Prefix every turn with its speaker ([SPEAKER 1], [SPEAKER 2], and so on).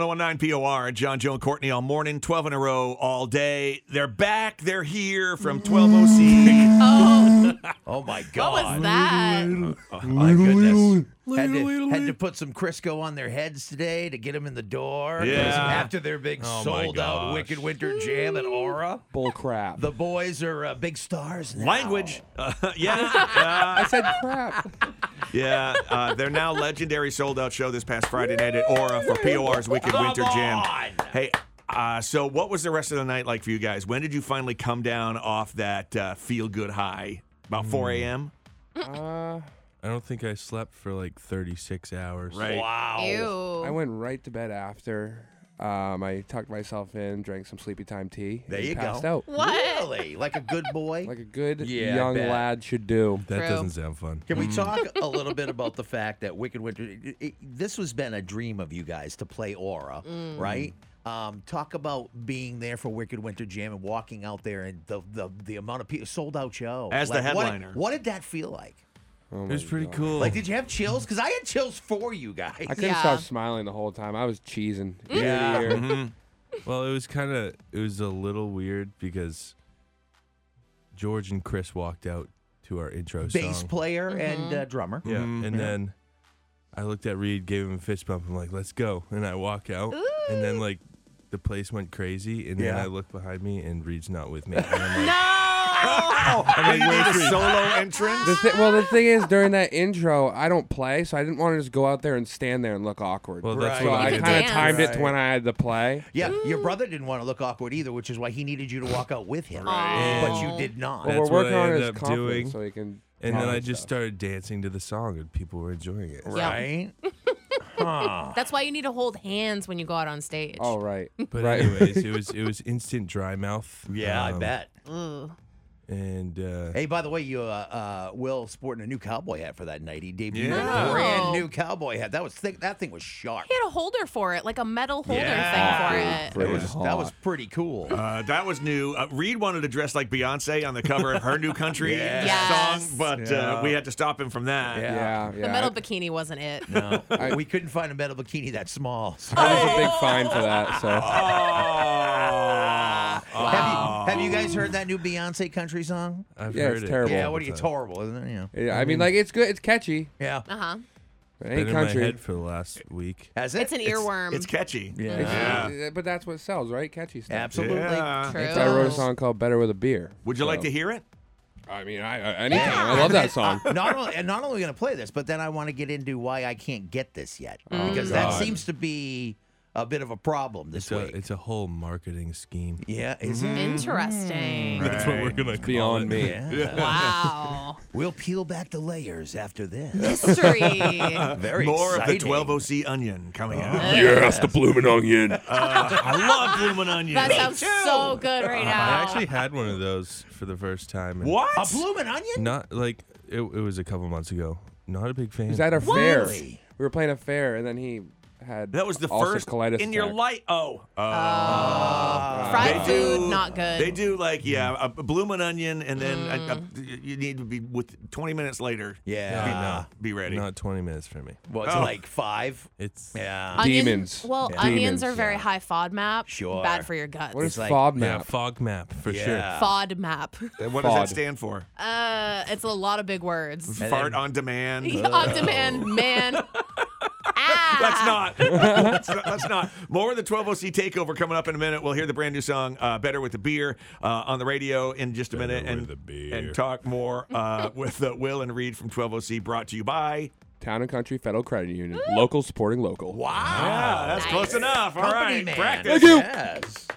[SPEAKER 1] 1019 POR, John, Joe, and Courtney all morning, 12 in a row all day. They're back. They're here from 12OC.
[SPEAKER 2] Mm.
[SPEAKER 3] Oh,
[SPEAKER 2] Oh my
[SPEAKER 3] what
[SPEAKER 2] God!
[SPEAKER 3] was that?
[SPEAKER 2] Oh, my goodness! Had to, had to put some Crisco on their heads today to get them in the door.
[SPEAKER 1] Yeah.
[SPEAKER 2] After their big
[SPEAKER 4] Oh, my
[SPEAKER 2] sold-out
[SPEAKER 4] gosh.
[SPEAKER 2] Wicked Winter Jam at Aura,
[SPEAKER 4] Bull crap.
[SPEAKER 2] the boys are uh, big stars. Now.
[SPEAKER 1] Language. Uh, yeah.
[SPEAKER 4] I said crap.
[SPEAKER 1] Uh, yeah. Uh, they're now legendary sold out show this past Friday night at Aura for POR's Wicked
[SPEAKER 2] Come
[SPEAKER 1] Winter Jam.
[SPEAKER 2] on!
[SPEAKER 1] Hey, uh, so what was the rest of the night like for you guys? When did you finally come down off that uh, feel good high? About 4
[SPEAKER 2] Mm.
[SPEAKER 1] a.m.?
[SPEAKER 4] Uh,
[SPEAKER 5] I don't think I slept for like 36 hours.
[SPEAKER 1] Right.
[SPEAKER 2] Wow.
[SPEAKER 3] Ew.
[SPEAKER 4] I went right to bed after. Um, I tucked myself in, drank some sleepy time tea.
[SPEAKER 1] There
[SPEAKER 4] and
[SPEAKER 1] you go.
[SPEAKER 4] passed out
[SPEAKER 3] What?
[SPEAKER 2] Really? Like a good boy?
[SPEAKER 4] like a good
[SPEAKER 2] Yeah, I
[SPEAKER 4] young
[SPEAKER 2] bet.
[SPEAKER 4] lad should do.
[SPEAKER 5] That
[SPEAKER 3] True.
[SPEAKER 5] doesn't sound fun.
[SPEAKER 2] Can we talk a little bit about the fact that Wicked Winter? It, it, this has been a dream of you guys to play Aura, right? Um, talk about being there for Wicked Winter Jam and walking out there and the the, the amount of people sold out show
[SPEAKER 1] As the
[SPEAKER 2] what-
[SPEAKER 1] headliner.
[SPEAKER 2] What, did that feel like?
[SPEAKER 4] Oh
[SPEAKER 5] It
[SPEAKER 4] my
[SPEAKER 5] was pretty
[SPEAKER 4] God.
[SPEAKER 5] cool.
[SPEAKER 2] Like, did you have chills? Because I had chills for you guys.
[SPEAKER 4] I couldn't
[SPEAKER 3] Yeah.
[SPEAKER 4] stop smiling the whole time. I was cheesing. ear to
[SPEAKER 2] Yeah.
[SPEAKER 4] ear.
[SPEAKER 5] Mm-hmm. well, it was kind of, it was a little weird because George and Chris walked out to our intro
[SPEAKER 2] Bass
[SPEAKER 5] song.
[SPEAKER 2] player and uh, drummer.
[SPEAKER 5] yeah.
[SPEAKER 1] Mhm.
[SPEAKER 5] And then I looked at Reed, gave him a fist bump. I'm like, let's go. And I walk out. And then, like, the place went crazy. And then
[SPEAKER 2] Yeah.
[SPEAKER 5] I look behind me and Reed's not with me. And I'm like,
[SPEAKER 3] No.
[SPEAKER 1] I mean, you need a solo entrance?
[SPEAKER 4] The thi- well, the thing is, during that intro, I don't play, so I didn't want to just go out there and stand there and look awkward.
[SPEAKER 5] well, that's
[SPEAKER 2] Right.
[SPEAKER 4] so
[SPEAKER 5] what
[SPEAKER 4] I
[SPEAKER 5] I
[SPEAKER 3] You
[SPEAKER 5] did.
[SPEAKER 3] could
[SPEAKER 4] kind of
[SPEAKER 3] dance.
[SPEAKER 4] timed it to when I had to play.
[SPEAKER 2] Yeah, your brother didn't want to look awkward either, which is why he needed you to walk out with him.
[SPEAKER 3] Right.
[SPEAKER 2] But you did not.
[SPEAKER 4] Well,
[SPEAKER 5] That's
[SPEAKER 4] we're
[SPEAKER 5] what
[SPEAKER 4] working
[SPEAKER 5] I
[SPEAKER 4] on
[SPEAKER 5] ended
[SPEAKER 4] his
[SPEAKER 5] up
[SPEAKER 4] confidence
[SPEAKER 5] doing.
[SPEAKER 4] so he can.
[SPEAKER 5] And then
[SPEAKER 4] talk
[SPEAKER 5] I just
[SPEAKER 4] stuff.
[SPEAKER 5] started dancing to the song and people were enjoying it.
[SPEAKER 2] Oh,
[SPEAKER 3] Yeah.
[SPEAKER 2] Right? huh.
[SPEAKER 3] That's why you need to hold hands when you go out on stage.
[SPEAKER 4] Oh right,
[SPEAKER 5] But
[SPEAKER 4] right.
[SPEAKER 5] anyways, it was it was instant dry mouth.
[SPEAKER 2] Yeah, I
[SPEAKER 5] Um,
[SPEAKER 2] bet.
[SPEAKER 3] Ugh.
[SPEAKER 5] And uh,
[SPEAKER 2] Hey, by the way, you uh, uh, Will sporting a new cowboy hat for that night. He debuted
[SPEAKER 1] Yeah.
[SPEAKER 2] a brand
[SPEAKER 3] Oh.
[SPEAKER 2] new cowboy hat. That was thick. That thing was sharp.
[SPEAKER 3] He had a holder for it, like a metal holder
[SPEAKER 2] Yeah.
[SPEAKER 3] thing for it.
[SPEAKER 2] That was, that
[SPEAKER 4] hot.
[SPEAKER 2] was pretty cool.
[SPEAKER 1] Uh, that was new. Uh, Reed wanted to dress like Beyonce on the cover of her new country
[SPEAKER 2] Yes.
[SPEAKER 3] Yes.
[SPEAKER 1] song, but uh,
[SPEAKER 2] Yeah.
[SPEAKER 1] we had to stop him from that.
[SPEAKER 2] Yeah.
[SPEAKER 4] yeah, yeah.
[SPEAKER 3] The metal bikini wasn't it.
[SPEAKER 2] No,
[SPEAKER 4] I-
[SPEAKER 2] we couldn't find a metal bikini that small. so-
[SPEAKER 4] I was a big fine for that. So
[SPEAKER 1] Oh.
[SPEAKER 2] Have, you, have you guys heard that new Beyonce country song?
[SPEAKER 5] I've
[SPEAKER 4] Yeah,
[SPEAKER 5] heard
[SPEAKER 4] it's
[SPEAKER 5] it.
[SPEAKER 4] terrible.
[SPEAKER 2] Yeah,
[SPEAKER 4] all
[SPEAKER 2] what are
[SPEAKER 5] the
[SPEAKER 2] you? It's
[SPEAKER 5] time.
[SPEAKER 2] horrible, isn't it? Yeah.
[SPEAKER 4] yeah, I mean, like it's good, it's catchy.
[SPEAKER 2] yeah.
[SPEAKER 3] Uh huh.
[SPEAKER 4] It
[SPEAKER 5] Been
[SPEAKER 4] ain't
[SPEAKER 5] in
[SPEAKER 4] country.
[SPEAKER 5] my head for the last week.
[SPEAKER 2] Has it?
[SPEAKER 3] It's an earworm.
[SPEAKER 1] It's catchy.
[SPEAKER 2] Yeah.
[SPEAKER 1] Yeah.
[SPEAKER 4] Uh, But that's what sells, right? Catchy stuff.
[SPEAKER 2] Absolutely.
[SPEAKER 1] Yeah.
[SPEAKER 3] True.
[SPEAKER 4] So I wrote a song called "Better with a Beer."
[SPEAKER 1] Would you like
[SPEAKER 4] So-
[SPEAKER 1] to hear it?
[SPEAKER 4] I mean, I, I anytime. I love that song.
[SPEAKER 2] Uh, not only and not only going to play this, but then I want to get into why I can't get this yet because that
[SPEAKER 4] God.
[SPEAKER 2] seems to be a bit of a problem this
[SPEAKER 5] It's a,
[SPEAKER 2] week.
[SPEAKER 5] it's a whole marketing scheme.
[SPEAKER 2] yeah, is
[SPEAKER 3] Mm-hmm.
[SPEAKER 2] it?
[SPEAKER 3] Interesting.
[SPEAKER 4] Mm.
[SPEAKER 5] That's what we're gonna call
[SPEAKER 4] Beyond
[SPEAKER 5] it.
[SPEAKER 4] me.
[SPEAKER 3] Wow.
[SPEAKER 2] We'll peel back the layers after this.
[SPEAKER 3] History.
[SPEAKER 2] Very
[SPEAKER 1] More of the oh
[SPEAKER 2] exciting.
[SPEAKER 1] 12OC onion coming out.
[SPEAKER 4] Yes, the blooming onion.
[SPEAKER 1] I love blooming onion.
[SPEAKER 3] That sounds so good right
[SPEAKER 4] Uh-huh.
[SPEAKER 3] now.
[SPEAKER 5] I actually had one of those for the first time. and
[SPEAKER 1] What?
[SPEAKER 2] A bloomin' onion?
[SPEAKER 5] Not like it, it was a couple months ago. Not a big fan.
[SPEAKER 4] was at a fair. We
[SPEAKER 2] Really?
[SPEAKER 4] were playing a fair, and then he had
[SPEAKER 1] That was the
[SPEAKER 4] ulcer
[SPEAKER 1] first
[SPEAKER 4] colitis
[SPEAKER 1] in your
[SPEAKER 4] attack.
[SPEAKER 1] life. Oh.
[SPEAKER 3] Fried
[SPEAKER 1] They
[SPEAKER 3] food,
[SPEAKER 1] do-
[SPEAKER 3] not good.
[SPEAKER 1] They do like yeah, a, a bloomin' onion, and then a- a- you need to be with 20 minutes later.
[SPEAKER 2] Yeah.
[SPEAKER 1] be ready.
[SPEAKER 5] Not 20 minutes for me.
[SPEAKER 2] Well, it's
[SPEAKER 1] Oh.
[SPEAKER 2] like five.
[SPEAKER 5] It's
[SPEAKER 2] Yeah.
[SPEAKER 3] Onion-
[SPEAKER 4] Demons.
[SPEAKER 3] Well,
[SPEAKER 4] Yeah.
[SPEAKER 3] onions
[SPEAKER 4] Demons,
[SPEAKER 3] are very
[SPEAKER 4] yeah.
[SPEAKER 3] high FODMAP.
[SPEAKER 2] Sure.
[SPEAKER 3] Bad for your guts.
[SPEAKER 4] What is
[SPEAKER 2] It's like-
[SPEAKER 4] FOB
[SPEAKER 5] yeah,
[SPEAKER 4] map?
[SPEAKER 5] fog map for
[SPEAKER 2] Yeah.
[SPEAKER 3] FODMAP?
[SPEAKER 1] And What does that
[SPEAKER 4] Fod.
[SPEAKER 1] stand for?
[SPEAKER 3] Uh, it's a lot of big words.
[SPEAKER 2] And
[SPEAKER 1] Fart
[SPEAKER 2] then-
[SPEAKER 1] on demand.
[SPEAKER 3] On demand, man. Ah.
[SPEAKER 1] That's not. That's not. That's not. More of the 12OC takeover coming up in a minute. We'll hear the brand new song uh, "Better with the Beer" uh, on the radio in just a
[SPEAKER 5] Better
[SPEAKER 1] minute, and
[SPEAKER 5] with the beer.
[SPEAKER 1] and talk more uh, with uh, Will and Reed from 12OC. Brought to you by.
[SPEAKER 4] Town and Country Federal Credit Union. Local supporting local.
[SPEAKER 2] Wow.
[SPEAKER 1] Ah, that's
[SPEAKER 3] Nice.
[SPEAKER 1] close enough. All right,
[SPEAKER 2] Company man.
[SPEAKER 1] practice.
[SPEAKER 4] you.
[SPEAKER 2] Yes.